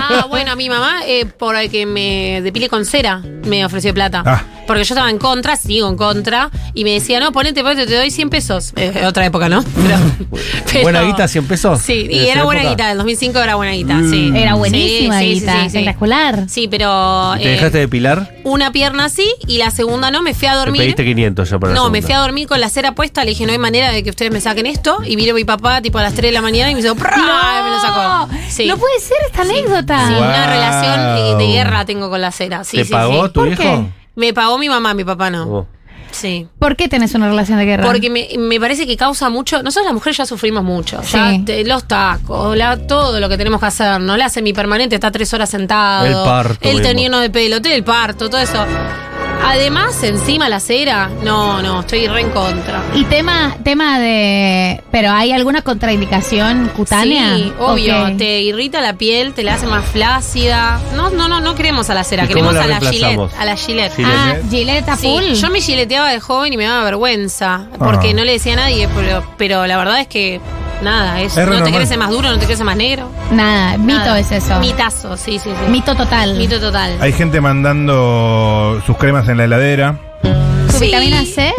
Speaker 4: Ah, bueno, a mi mamá, eh, por el que me depile con cera, me ofreció plata.
Speaker 5: Ah.
Speaker 4: Porque yo estaba en contra, sigo en contra, y me decía, no, ponete, ponete, te doy 100 pesos. Eh, otra época, ¿no? Pero- pero-
Speaker 2: Buena guita, 100 pesos.
Speaker 4: Sí,
Speaker 2: En
Speaker 4: y
Speaker 2: esa
Speaker 4: era buena
Speaker 2: época. Mm.
Speaker 4: guita, el 2005 era buena guita, sí.
Speaker 3: Era
Speaker 4: Sí,
Speaker 3: buenísima,
Speaker 4: sí, sí,
Speaker 3: Guita,
Speaker 4: sí, sí.
Speaker 3: espectacular.
Speaker 4: Sí, pero...
Speaker 2: ¿Te
Speaker 4: eh,
Speaker 2: dejaste depilar?
Speaker 4: Una pierna sí y la segunda no, me fui a
Speaker 2: Te
Speaker 4: dormir.
Speaker 2: pediste 500 ya para la
Speaker 4: No, me
Speaker 2: segunda.
Speaker 4: fui a dormir con la cera puesta, le dije, no hay manera de que ustedes me saquen esto. Y vino mi papá tipo a las 3 de la mañana y me hizo, ¡prá! y me lo sacó. Sí.
Speaker 3: No puede ser esta anécdota.
Speaker 4: Sí, una
Speaker 5: Wow.
Speaker 4: relación de- de guerra tengo con la cera. Sí,
Speaker 2: ¿Te
Speaker 4: sí,
Speaker 2: pagó
Speaker 4: sí.
Speaker 2: tu
Speaker 3: ¿Por
Speaker 2: hijo?
Speaker 3: qué?
Speaker 4: Me pagó mi mamá, mi papá no.
Speaker 2: Oh.
Speaker 4: Sí.
Speaker 3: ¿Por qué tenés una relación de guerra?
Speaker 4: Porque me, me parece que causa mucho. Nosotros las mujeres ya sufrimos mucho.
Speaker 3: Sí.
Speaker 4: Ya te- los tacos, la- todo lo que tenemos que hacer, ¿no? La semipermanente está tres horas sentado.
Speaker 2: El parto
Speaker 4: El
Speaker 2: mismo.
Speaker 4: tenirnos de pelo, el parto, todo eso. Además, encima la cera. No, no, estoy re en contra.
Speaker 3: Y tema, tema de. Pero hay alguna contraindicación cutánea.
Speaker 4: Sí, obvio.
Speaker 3: Ok.
Speaker 4: Te irrita la piel, te la hace más flácida. No, no, no, no queremos a la cera,
Speaker 2: ¿Y cómo
Speaker 4: queremos
Speaker 2: la
Speaker 4: a la
Speaker 2: reemplazamos?
Speaker 4: Gillette. A la Gillette.
Speaker 2: Sí,
Speaker 3: Ah,
Speaker 5: Gillette.
Speaker 3: Gillette a
Speaker 4: Sí,
Speaker 3: full.
Speaker 4: yo me gileteaba de joven y me daba vergüenza, porque
Speaker 5: Ah.
Speaker 4: no le decía a nadie, pero, pero la verdad es que nada, es,
Speaker 5: Es re
Speaker 4: no te
Speaker 5: normal.
Speaker 4: crece más duro, no te crece más negro.
Speaker 3: Nada, mito
Speaker 4: Nada.
Speaker 3: es eso.
Speaker 4: Mitazo, sí, sí, sí.
Speaker 3: Mito total.
Speaker 4: Mito total.
Speaker 5: Hay gente mandando sus cremas en la heladera.
Speaker 3: ¿Tu
Speaker 4: Sí.
Speaker 3: vitamina C?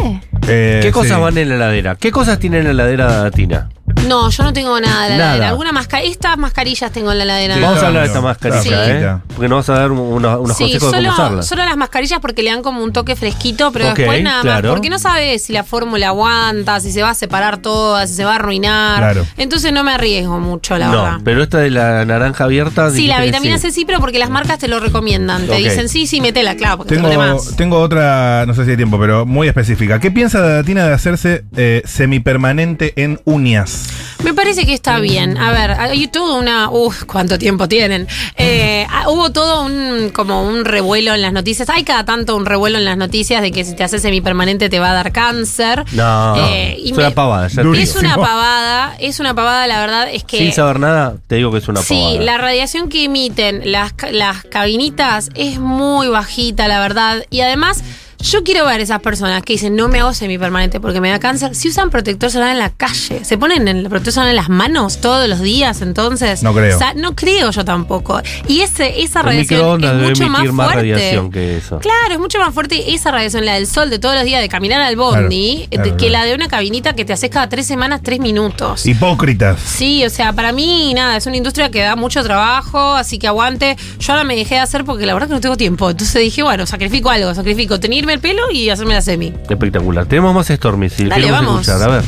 Speaker 5: Eh,
Speaker 2: ¿Qué cosas
Speaker 5: sí.
Speaker 2: van en la heladera? ¿Qué cosas tiene en la heladera Tina?
Speaker 4: No, yo no tengo nada de la
Speaker 2: Nada.
Speaker 4: heladera. Alguna masca- Estas mascarillas tengo en la heladera.
Speaker 2: Vamos
Speaker 5: claro,
Speaker 2: a hablar de esta máscara,
Speaker 5: claro,
Speaker 2: ¿eh?
Speaker 5: sí.
Speaker 2: Porque nos vas a dar unos, unos
Speaker 4: sí,
Speaker 2: consejos de
Speaker 4: solo,
Speaker 2: cómo usarla.
Speaker 4: solo las mascarillas porque le dan como un toque fresquito, pero
Speaker 2: Ok,
Speaker 4: después nada
Speaker 2: claro.
Speaker 4: más. Porque no sabes si la fórmula aguanta, si se va a separar toda, si se va a arruinar.
Speaker 5: Claro.
Speaker 4: Entonces no me arriesgo mucho, la verdad.
Speaker 2: no, pero esta de la naranja abierta.
Speaker 4: Sí,
Speaker 2: dijiste
Speaker 4: la
Speaker 2: que
Speaker 4: vitamina
Speaker 2: sí.
Speaker 4: C sí, pero porque las marcas te lo recomiendan. Te
Speaker 2: Ok.
Speaker 4: dicen, sí, sí, metela, claro, porque te duele
Speaker 5: Tengo,
Speaker 4: más.
Speaker 5: tengo otra, no sé si hay tiempo, pero muy específica. ¿Qué piensa Datina de hacerse eh, semipermanente en uñas?
Speaker 4: Me parece que está bien. A ver, hay todo una. Uf, cuánto tiempo tienen. Eh, ah, hubo todo un como un revuelo en las noticias. Hay cada tanto un revuelo en las noticias de que si te haces semipermanente te va a dar cáncer.
Speaker 2: No,
Speaker 4: Eh, y
Speaker 2: es una
Speaker 4: me-
Speaker 2: pavada. ya te
Speaker 5: Durísimo.
Speaker 4: Es
Speaker 2: digo.
Speaker 4: una pavada, es una pavada, la verdad es que.
Speaker 2: Sin saber nada, te digo que es una pavada.
Speaker 4: Sí, la radiación que emiten las, ca- las cabinitas es muy bajita, la verdad. Y además, yo quiero ver esas personas que dicen, no me hago semipermanente porque me da cáncer. Si usan protector solar en la calle, se ponen el protector solar en las manos todos los días, entonces.
Speaker 5: No creo.
Speaker 4: O sea, no creo yo tampoco. Y ese, esa
Speaker 2: El
Speaker 4: radiación
Speaker 2: microondas
Speaker 4: es
Speaker 2: debe
Speaker 4: mucho más
Speaker 2: emitir más
Speaker 4: fuerte.
Speaker 2: radiación que eso.
Speaker 4: Claro, es mucho más fuerte esa radiación, la del sol de todos los días, de caminar al bondi,
Speaker 5: Claro, claro,
Speaker 4: eh, que
Speaker 5: claro.
Speaker 4: la de una cabinita que te haces cada tres semanas, tres minutos.
Speaker 5: Hipócritas.
Speaker 4: Sí, o sea, para mí, nada, es una industria que da mucho trabajo, así que aguante. Yo ahora me dejé de hacer porque la verdad que no tengo tiempo. Entonces dije, bueno, sacrifico algo, sacrifico tenerme el pelo y hacerme la semi.
Speaker 2: Espectacular. Tenemos más Stormy, si
Speaker 4: Dale,
Speaker 2: queremos
Speaker 4: vamos.
Speaker 2: escuchar. A ver.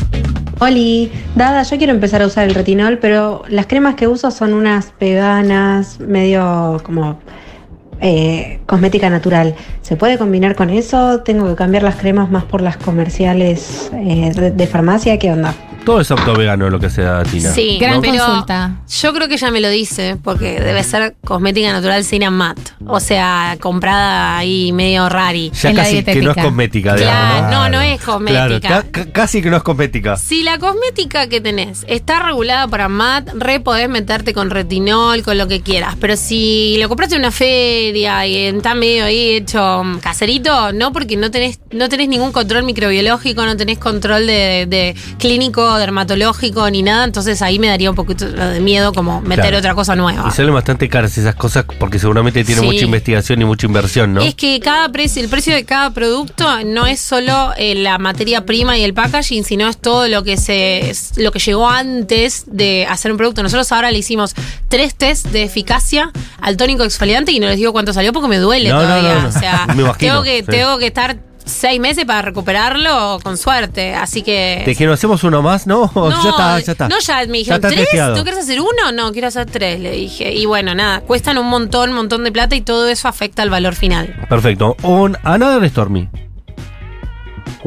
Speaker 8: Oli, Dada, yo quiero empezar a usar el retinol, pero las cremas que uso son unas veganas, medio como eh, cosmética natural. ¿Se puede combinar con eso? ¿Tengo que cambiar las cremas más por las comerciales eh, de, de farmacia? ¿Qué onda?
Speaker 2: Todo es auto vegano lo que se da a Tina.
Speaker 4: Sí,
Speaker 3: Gran
Speaker 4: pero
Speaker 3: consulta.
Speaker 4: Yo creo que ya me lo dice, porque debe ser cosmética natural sin amat. O sea, comprada ahí medio rari.
Speaker 2: Ya
Speaker 3: En la
Speaker 2: casi que no es
Speaker 3: dietética.
Speaker 2: cosmética, digamos.
Speaker 4: Claro,
Speaker 2: ¿no?
Speaker 4: no, no es cosmética.
Speaker 2: Claro, ca- ca- casi que no es cosmética.
Speaker 4: Si la cosmética que tenés está regulada para MAT, re podés meterte con retinol, con lo que quieras. Pero si lo compraste en una feria y está medio ahí hecho mm, caserito, no, porque no tenés, no tenés ningún control microbiológico, no tenés control de, de clínico, dermatológico, ni nada. Entonces ahí me daría un poquito de miedo como meter
Speaker 2: Claro.
Speaker 4: otra cosa nueva.
Speaker 2: Y salen bastante caras esas cosas porque seguramente tiene
Speaker 4: Sí.
Speaker 2: mucha investigación y mucha inversión, ¿no?
Speaker 4: Es que cada precio, el precio de cada producto no es solo eh, la materia prima y el packaging, sino es todo lo que se es lo que llegó antes de hacer un producto. Nosotros ahora le hicimos tres test de eficacia al tónico exfoliante y no les digo cuánto salió porque me duele
Speaker 2: No, no,
Speaker 4: todavía.
Speaker 2: no, no.
Speaker 4: O sea,
Speaker 2: Me imagino,
Speaker 4: tengo que,
Speaker 2: sí.
Speaker 4: tengo que estar seis meses para recuperarlo con suerte. Así que.
Speaker 2: Te dijeron, ¿hacemos uno más? No, ya está, ya está.
Speaker 4: No, ya me
Speaker 2: Ya
Speaker 4: dijeron,
Speaker 2: está
Speaker 4: ¿tres?
Speaker 2: testeado.
Speaker 4: ¿No quieres hacer uno? No, quiero hacer tres, le dije. Y bueno, nada, cuestan un montón, montón de plata y todo eso afecta al valor final.
Speaker 2: Perfecto. On Another Stormy.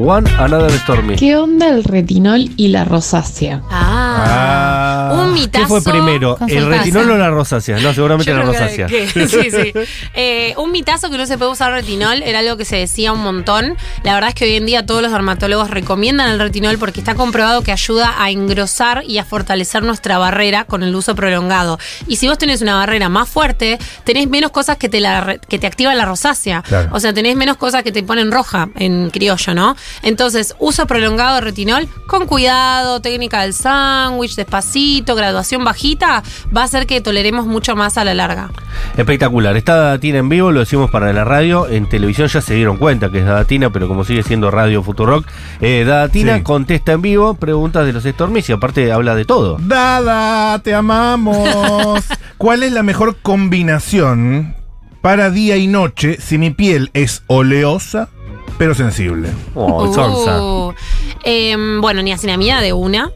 Speaker 2: One Another Stormy.
Speaker 9: ¿Qué onda el retinol y la rosácea?
Speaker 4: Ah.
Speaker 5: Ah.
Speaker 4: Un mitazo.
Speaker 2: ¿Qué fue primero? ¿El
Speaker 3: Consultaza.
Speaker 2: retinol o la rosácea? No, seguramente
Speaker 4: Yo
Speaker 2: la
Speaker 4: creo que-
Speaker 2: rosácea.
Speaker 4: que- sí, sí. Eh, un mitazo que no se puede usar retinol era algo que se decía un montón. La verdad es que hoy en día todos los dermatólogos recomiendan el retinol porque está comprobado que ayuda a engrosar y a fortalecer nuestra barrera con el uso prolongado. Y si vos tenés una barrera más fuerte, tenés menos cosas que te, la, re- que te activa la rosácea.
Speaker 5: Claro.
Speaker 4: O sea, tenés menos cosas que te ponen roja en criollo, ¿no? Entonces, uso prolongado de retinol con cuidado, técnica del sándwich, despacito, graduación bajita, va a hacer que toleremos mucho más a la larga.
Speaker 2: Espectacular. Está Datina en vivo, lo decimos para la radio. En televisión ya se dieron cuenta que es Datina, pero como sigue siendo Radio Futurock, eh, Datina
Speaker 5: Sí.
Speaker 2: contesta en vivo preguntas de los Stormies y aparte habla de todo.
Speaker 5: Dada, te amamos. ¿Cuál es la mejor combinación para día y noche si mi piel es oleosa pero sensible?
Speaker 2: Oh, el Sonsa.
Speaker 4: Uh, em, bueno, ni de una.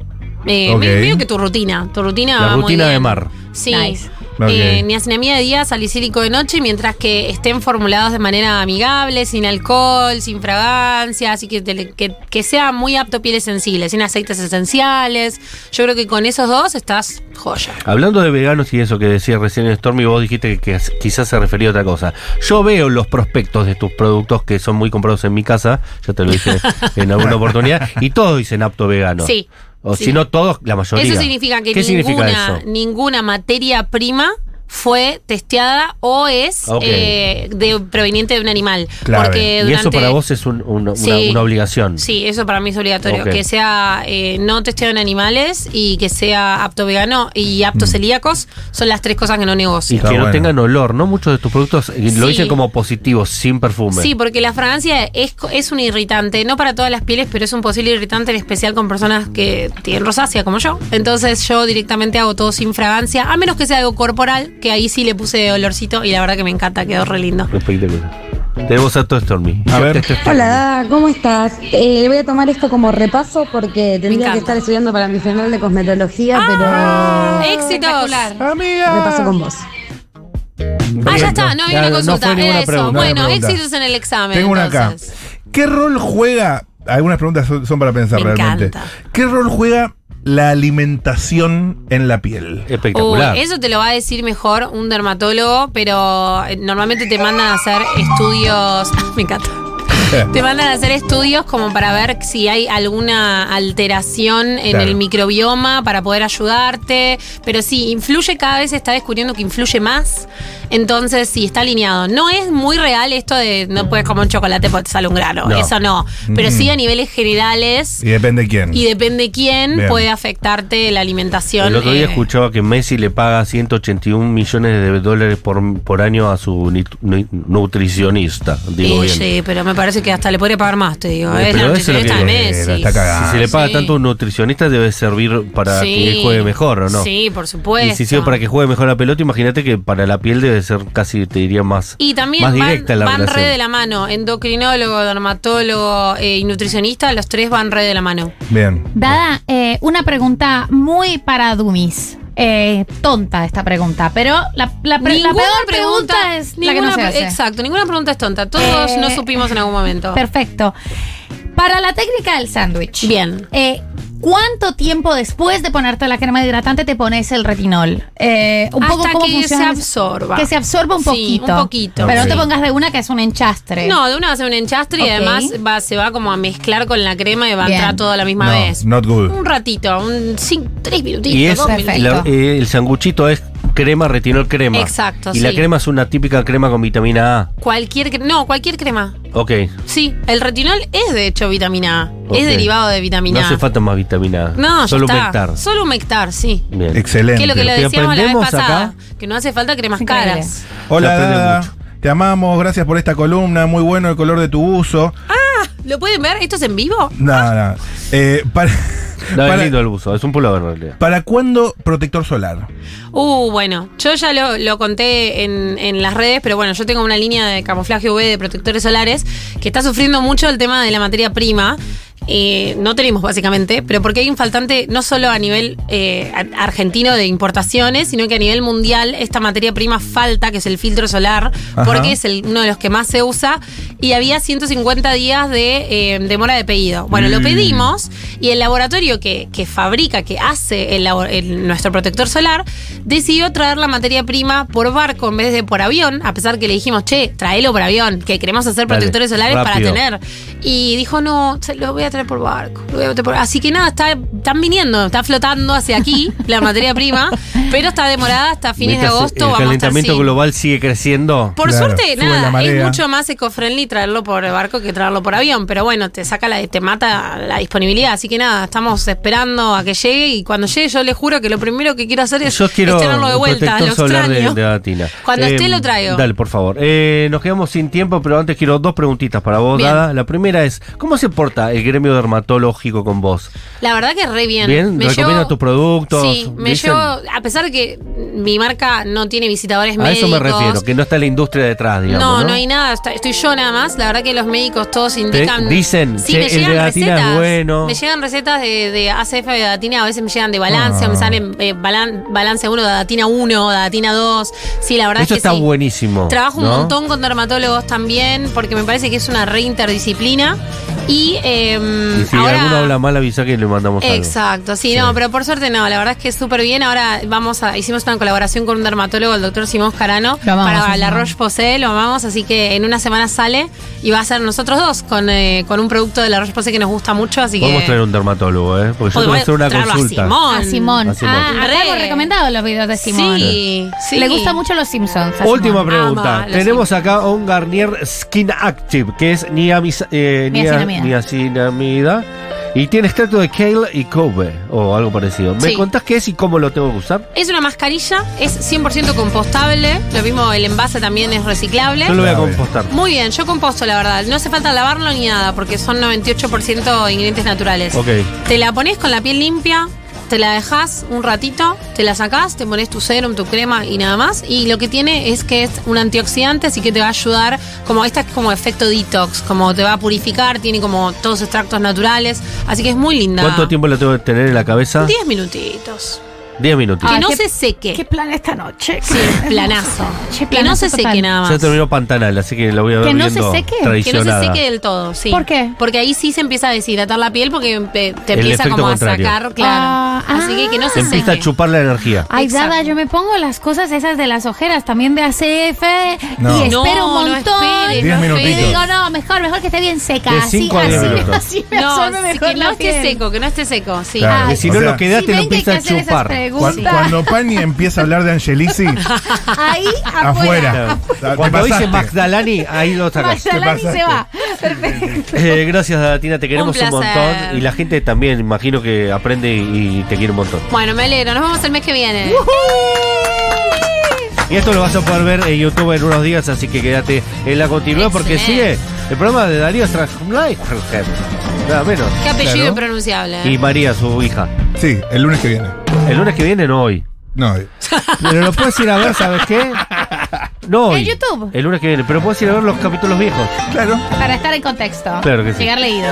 Speaker 4: Eh,
Speaker 5: Ok.
Speaker 4: me- Medio que tu rutina. Tu rutina.
Speaker 2: La
Speaker 4: va muy
Speaker 2: rutina de
Speaker 4: bien.
Speaker 2: mar.
Speaker 4: Sí.
Speaker 3: Nice.
Speaker 5: Ok.
Speaker 4: eh, niacinamida de día, salicílico de noche, mientras que estén formulados de manera amigable, sin alcohol, sin fragancia, así que, te le- que, que sea muy apto a pieles sensibles, sin aceites esenciales. Yo creo que con esos dos estás joya.
Speaker 2: Hablando de veganos y eso que decía recién Stormy, vos dijiste que, que quizás se refería a otra cosa. Yo veo los prospectos de tus productos que son muy comprados en mi casa, ya te lo dije en alguna oportunidad, y todos dicen apto vegano.
Speaker 4: Sí,
Speaker 2: O
Speaker 4: sí.
Speaker 2: si no todos, la mayoría.
Speaker 4: Eso significa que
Speaker 2: ¿Qué
Speaker 4: ninguna,
Speaker 2: significa eso?
Speaker 4: ninguna materia prima fue testeada o es
Speaker 2: Ok.
Speaker 4: eh, de, proveniente de un animal.
Speaker 5: Clave.
Speaker 4: Porque
Speaker 2: Y eso
Speaker 4: eh, durante-
Speaker 2: para vos es un- un- una,
Speaker 4: Sí.
Speaker 2: una obligación.
Speaker 4: Sí, eso para mí es obligatorio.
Speaker 2: Ok.
Speaker 4: Que sea eh, no testeado en animales y que sea apto vegano y
Speaker 2: Mm.
Speaker 4: apto celíacos son las tres cosas que no
Speaker 2: Y
Speaker 4: negocio.
Speaker 2: que
Speaker 5: Está
Speaker 2: no
Speaker 5: bueno.
Speaker 2: tengan olor, ¿no? Muchos de tus productos eh, lo
Speaker 4: Sí.
Speaker 2: dicen como positivos, sin perfume.
Speaker 4: Sí, porque la fragancia es, co- es un irritante, no para todas las pieles, pero es un posible irritante en especial con personas que tienen rosácea como yo. Entonces yo directamente hago todo sin fragancia, a menos que sea algo corporal, que ahí sí le puse olorcito y la verdad que me encanta, quedó re lindo.
Speaker 2: Espectacular. Tenemos a todo Stormy.
Speaker 5: A ver.
Speaker 2: Esto es Stormy.
Speaker 10: Hola, Dada, ¿cómo estás? Eh, voy a tomar esto como repaso porque tendría
Speaker 4: encanta. Ah.
Speaker 10: que estar estudiando para mi final de cosmetología,
Speaker 4: ¡Éxitos!
Speaker 10: pero
Speaker 5: Amiga.
Speaker 10: repaso con vos.
Speaker 4: Ah, ya está, no había
Speaker 2: Claro,
Speaker 4: una
Speaker 2: no fue
Speaker 4: consulta,
Speaker 2: ninguna
Speaker 4: era eso.
Speaker 2: pregunta,
Speaker 4: bueno,
Speaker 5: ninguna pregunta.
Speaker 4: éxitos en el examen.
Speaker 5: Tengo una acá.
Speaker 4: entonces.
Speaker 5: ¿Qué rol juega? Algunas preguntas son, son para pensar
Speaker 4: Me
Speaker 5: realmente.
Speaker 4: encanta.
Speaker 5: ¿Qué rol juega la alimentación en la piel?
Speaker 2: Espectacular.
Speaker 4: Uy, eso te lo va a decir mejor un dermatólogo, pero eh, normalmente te mandan a hacer estudios. Me encanta. Te mandan a hacer estudios como para ver si hay alguna alteración en
Speaker 5: Claro.
Speaker 4: el microbioma para poder ayudarte. Pero sí, influye cada vez, se está descubriendo que influye más. Entonces, sí, está alineado. No es muy real esto de no puedes comer un chocolate porque te sale un grano.
Speaker 2: No.
Speaker 4: Eso no. Pero
Speaker 5: Mm.
Speaker 4: sí a niveles generales.
Speaker 5: y depende quién.
Speaker 4: Y depende quién
Speaker 5: Bien.
Speaker 4: puede afectarte la alimentación.
Speaker 2: El otro día
Speaker 4: eh,
Speaker 2: escuchaba que Messi le paga 181 millones de dólares por, por año a su nit- nu- nutricionista. Digo
Speaker 4: Eh,
Speaker 2: bien.
Speaker 4: sí, pero me parece que hasta le podría pagar más, te digo.
Speaker 2: Eh,
Speaker 4: Es
Speaker 2: pero
Speaker 4: la
Speaker 2: eso es lo que
Speaker 4: nutricionista de
Speaker 5: digo,
Speaker 4: Messi.
Speaker 5: eh, la está cagada.
Speaker 2: Si se le paga
Speaker 4: Ah, Sí.
Speaker 2: tanto a un nutricionista, debe servir para
Speaker 4: Sí.
Speaker 2: que él juegue mejor, ¿o no?
Speaker 4: Sí, por
Speaker 2: Y
Speaker 4: supuesto.
Speaker 2: si sirve para que juegue mejor la pelota, imagínate que para la piel debe ser casi, te diría, más,
Speaker 4: Y también
Speaker 2: más
Speaker 4: van-
Speaker 2: directa
Speaker 4: van,
Speaker 2: la
Speaker 4: re
Speaker 2: relación.
Speaker 4: de la mano. Endocrinólogo, dermatólogo eh, y nutricionista, los tres van re de la mano.
Speaker 5: Bien.
Speaker 3: Dada, eh, una pregunta muy para Dumis. Eh, tonta esta pregunta, pero la, la, pre- la peor pregunta, es la que no
Speaker 4: ninguna
Speaker 3: se
Speaker 4: pre-
Speaker 3: hace.
Speaker 4: Exacto, ninguna pregunta es tonta. Todos
Speaker 3: Eh,
Speaker 4: no supimos en algún momento.
Speaker 3: Perfecto. Para la técnica del sándwich.
Speaker 4: Bien.
Speaker 3: Eh, ¿Cuánto tiempo después de ponerte la crema hidratante te pones el retinol? Eh, un poco
Speaker 4: Hasta
Speaker 3: cómo
Speaker 4: que se
Speaker 3: funciona-
Speaker 4: absorba.
Speaker 3: Que se absorba un
Speaker 4: Sí,
Speaker 3: poquito.
Speaker 4: un poquito.
Speaker 3: Pero
Speaker 5: Ok.
Speaker 3: no te pongas de una que es un enchastre.
Speaker 4: No, de una va a ser un enchastre
Speaker 3: Ok.
Speaker 4: y además va- se va como a mezclar con la crema y va
Speaker 3: Bien.
Speaker 4: a entrar todo a la misma
Speaker 5: No,
Speaker 4: vez.
Speaker 5: not good.
Speaker 4: Un ratito, un cinco, tres minutitos,
Speaker 2: Y es
Speaker 4: dos minutitos.
Speaker 2: la- eh, el sanguchito es crema, retinol crema.
Speaker 4: Exacto,
Speaker 2: Y la
Speaker 4: sí.
Speaker 2: crema es una típica crema con vitamina A.
Speaker 4: Cualquier, cre- no, cualquier crema.
Speaker 2: Ok.
Speaker 4: Sí, el retinol es de hecho vitamina A.
Speaker 2: Ok.
Speaker 4: Es derivado de
Speaker 2: No
Speaker 4: vitamina A.
Speaker 2: hace falta más vitamina A.
Speaker 4: No, ya
Speaker 2: Solo
Speaker 4: está.
Speaker 2: humectar.
Speaker 4: Solo humectar, sí.
Speaker 2: Bien.
Speaker 5: Excelente.
Speaker 4: Que es lo que le
Speaker 2: Lo que
Speaker 4: decíamos la vez
Speaker 2: aprendemos
Speaker 4: pasada.
Speaker 2: acá-
Speaker 4: Que no hace falta cremas
Speaker 3: Increíble.
Speaker 4: caras.
Speaker 5: Hola,
Speaker 2: Se aprende
Speaker 5: Dada.
Speaker 2: mucho.
Speaker 5: Te amamos, gracias por esta columna, muy bueno el color de tu uso.
Speaker 4: ¿Lo pueden ver? ¿Esto es en vivo?
Speaker 5: Nada, Eh, para,
Speaker 2: No, es
Speaker 5: para,
Speaker 2: lindo el buzo, es un pullover en realidad.
Speaker 5: ¿Para cuándo protector solar?
Speaker 4: Uh, bueno, yo ya lo, lo conté en, en las redes, pero bueno, yo tengo una línea de camuflaje UV de protectores solares que está sufriendo mucho el tema de la materia prima. Eh, no tenemos básicamente, pero porque hay un faltante no solo a nivel eh, a- argentino de importaciones, sino que a nivel mundial esta materia prima falta, que es el filtro solar,
Speaker 5: Ajá.
Speaker 4: porque es el- uno de los que más se usa, y había 150 días de eh, demora de pedido. Bueno, lo
Speaker 5: Mm.
Speaker 4: pedimos. Tenemos, y el laboratorio que, que fabrica, que hace el labo- el- nuestro protector solar, decidió traer la materia prima por barco en vez de por avión, a pesar que le dijimos, che, tráelo por avión, que queremos hacer
Speaker 2: Dale,
Speaker 4: protectores solares
Speaker 2: rápido.
Speaker 4: para tener. Y dijo, no, se lo voy a traer por barco. lo voy a traer por-". Así que nada, está, están viniendo, está flotando hacia aquí la materia prima, pero está demorada hasta fines
Speaker 2: Mientras
Speaker 4: de agosto.
Speaker 2: El
Speaker 4: vamos a estar
Speaker 2: calentamiento
Speaker 4: sin.
Speaker 2: global sigue creciendo.
Speaker 4: Por
Speaker 5: Claro,
Speaker 4: suerte,
Speaker 5: sube la
Speaker 4: nada, es
Speaker 5: marea.
Speaker 4: mucho más eco-friendly traerlo por barco que traerlo por avión, pero bueno, te saca la, te mata la disponibilidad, así que nada, estamos esperando a que llegue y cuando llegue yo les juro que lo primero que quiero hacer es,
Speaker 2: Yo quiero
Speaker 4: es traerlo de
Speaker 2: un
Speaker 4: vuelta,
Speaker 2: protector
Speaker 4: lo
Speaker 2: solar de,
Speaker 4: extraño.
Speaker 2: de Datina.
Speaker 4: Cuando
Speaker 2: Eh,
Speaker 4: esté lo traigo.
Speaker 2: Dale, por favor. Eh, nos quedamos sin tiempo, pero antes quiero dos preguntitas para vos,
Speaker 4: Bien.
Speaker 2: Dada. La primera es, ¿cómo se porta el gremio intercambio dermatológico con vos.
Speaker 4: La verdad que re bien.
Speaker 2: Bien, recomiendo tus productos,
Speaker 4: Sí, me
Speaker 2: dicen.
Speaker 4: llevo, a pesar de que mi marca no tiene visitadores
Speaker 2: A eso
Speaker 4: médicos.
Speaker 2: me refiero, que no está la industria detrás, digamos.
Speaker 4: no,
Speaker 2: No,
Speaker 4: no, hay nada, está- estoy yo nada más. La verdad que los médicos todos indican.
Speaker 2: dicen,
Speaker 4: sí,
Speaker 2: che,
Speaker 4: me
Speaker 2: el
Speaker 4: llegan
Speaker 2: de Datina es
Speaker 4: recetas.
Speaker 2: bueno.
Speaker 4: Me llegan recetas de, de ACF de Datina, a veces me llegan de balance,
Speaker 2: Ah.
Speaker 4: o me salen eh, balan- balance 1, Datina 1, Datina 2. Sí, la verdad
Speaker 2: Eso
Speaker 4: es que
Speaker 2: está
Speaker 4: sí.
Speaker 2: buenísimo.
Speaker 4: Trabajo un
Speaker 2: ¿no?
Speaker 4: montón con dermatólogos también, porque me parece que es una reinterdisciplina. Y, em,
Speaker 2: Y si
Speaker 4: ahora.
Speaker 2: alguno habla mal, avisa que le mandamos algo.
Speaker 4: Exacto, sí, no, pero por suerte no, la verdad es que es súper bien. Ahora vamos a, hicimos una colaboración con un dermatólogo, el doctor Simón Carano,
Speaker 3: Lo amamos,
Speaker 4: para
Speaker 3: sí,
Speaker 4: la
Speaker 3: sí.
Speaker 4: Roche Posay, lo amamos, así que en una semana sale y va a ser nosotros dos con, eh, con un producto de la Roche Posay que nos gusta mucho, así
Speaker 2: Podemos
Speaker 4: que.
Speaker 2: traer un dermatólogo, ¿eh? Porque yo tengo que
Speaker 4: Podemos
Speaker 2: hacer una
Speaker 4: traerlo a
Speaker 2: consulta.
Speaker 4: Simón.
Speaker 3: A Simón.
Speaker 2: A Simón.
Speaker 3: Ah, acá
Speaker 4: Re.
Speaker 3: hemos recomendado los videos de Simón.
Speaker 4: Sí, sí.
Speaker 3: Le gustan mucho los Simpsons. a
Speaker 2: Última
Speaker 3: Simón.
Speaker 2: pregunta.
Speaker 4: Ama, lo
Speaker 2: Tenemos acá un Garnier Skin Active, que es niamis- eh, nia-
Speaker 3: Niacinamida.
Speaker 2: niacinamida. Y tiene extracto de kale y kobe, o algo parecido. ¿Me
Speaker 4: Sí.
Speaker 2: contás qué es y cómo lo tengo que usar?
Speaker 4: Es una mascarilla, es 100% compostable, lo mismo el envase también es reciclable.
Speaker 2: Yo lo voy a
Speaker 5: Clave.
Speaker 2: compostar.
Speaker 4: Muy bien, yo composto, la verdad. No hace falta lavarlo ni nada, porque son 98% de ingredientes naturales.
Speaker 2: Ok.
Speaker 4: Te la pones con la piel limpia, te la dejas un ratito, te la sacás, te pones tu serum, tu crema y nada más. Y lo que tiene es que es un antioxidante, así que te va a ayudar, como esta es como efecto detox, como te va a purificar, tiene como todos extractos naturales, así que es muy linda.
Speaker 2: ¿Cuánto tiempo lo tengo que tener en la cabeza?
Speaker 4: 10 minutitos.
Speaker 2: Diez minutos.
Speaker 4: que
Speaker 3: Ay,
Speaker 4: no
Speaker 3: Ah,
Speaker 4: se
Speaker 3: qué-
Speaker 4: seque.
Speaker 3: ¿Qué plan esta noche?
Speaker 4: Sí, planazo.
Speaker 3: Che,
Speaker 4: que no
Speaker 3: planazo
Speaker 4: se
Speaker 3: total.
Speaker 4: seque nada más.
Speaker 2: Ya terminó Pantanal, así que la voy a ver
Speaker 3: Que no se
Speaker 2: viendo
Speaker 3: seque, que no se
Speaker 4: Que no se
Speaker 2: traicionada.
Speaker 4: seque del todo, sí.
Speaker 3: ¿Por qué?
Speaker 4: Porque ahí sí se empieza a deshidratar la piel porque eh, te
Speaker 2: El
Speaker 4: empieza
Speaker 2: efecto
Speaker 4: como
Speaker 2: contrario.
Speaker 4: a sacar, claro.
Speaker 3: Ah,
Speaker 4: Así que que no
Speaker 2: Te
Speaker 4: se
Speaker 2: empieza a
Speaker 4: seque.
Speaker 2: chupar la energía.
Speaker 3: Ay,
Speaker 4: Exacto.
Speaker 3: Dada, yo me pongo las cosas esas de las ojeras, también de ACF,
Speaker 5: No.
Speaker 3: y
Speaker 5: No,
Speaker 3: espero
Speaker 4: no
Speaker 3: un montón.
Speaker 4: esperes,
Speaker 5: Diez
Speaker 4: no
Speaker 3: y
Speaker 5: minutitos.
Speaker 4: esperes.
Speaker 3: digo, no, mejor, mejor que esté bien seca.
Speaker 2: De
Speaker 3: Así,
Speaker 2: cinco a diez
Speaker 3: así,
Speaker 2: minutos.
Speaker 3: así me
Speaker 4: No,
Speaker 3: absorbe
Speaker 4: sí,
Speaker 3: mejor
Speaker 4: que no
Speaker 3: la
Speaker 4: esté
Speaker 3: piel.
Speaker 4: seco, que no esté seco, sí. Ah,
Speaker 5: Claro.
Speaker 2: Y
Speaker 3: Ay,
Speaker 2: Ah, si
Speaker 5: o
Speaker 2: no
Speaker 5: sea,
Speaker 2: lo queda,
Speaker 3: sí,
Speaker 2: te lo
Speaker 3: ven que hay
Speaker 2: empieza a
Speaker 3: que hacer esas
Speaker 2: chupar.
Speaker 5: Cu-
Speaker 3: preguntas. Sí.
Speaker 5: Cuando Pani empieza a hablar de Angelici,
Speaker 3: Ahí afuera.
Speaker 5: afuera. Te
Speaker 2: Cuando dice
Speaker 5: pasaste.
Speaker 2: Magdalani, ahí lo sacas.
Speaker 3: Magdalani
Speaker 5: Te
Speaker 3: se va. Perfecto.
Speaker 2: Eh, gracias, Datina, te queremos un,
Speaker 4: placer.
Speaker 2: montón. Y la gente también, imagino que aprende y, y te quiere un montón.
Speaker 4: Bueno, me alegro. Nos vemos el mes que viene.
Speaker 2: Y esto lo vas a poder ver en YouTube en unos días, así que quédate en la continuidad porque sigue
Speaker 4: Excelente.
Speaker 2: el programa de Darío Strang Nada menos.
Speaker 4: Qué apellido
Speaker 5: Claro.
Speaker 4: impronunciable. ¿eh?
Speaker 2: Y María, su hija.
Speaker 5: Sí, el lunes que viene.
Speaker 2: El lunes que viene, no hoy.
Speaker 5: No,
Speaker 2: Pero lo puedes ir a ver, ¿sabes qué? No hoy.
Speaker 3: En YouTube.
Speaker 2: El lunes que viene. Pero puedes ir a ver los capítulos viejos.
Speaker 5: claro.
Speaker 3: Para estar en contexto.
Speaker 2: Claro que sí.
Speaker 3: Llegar leído.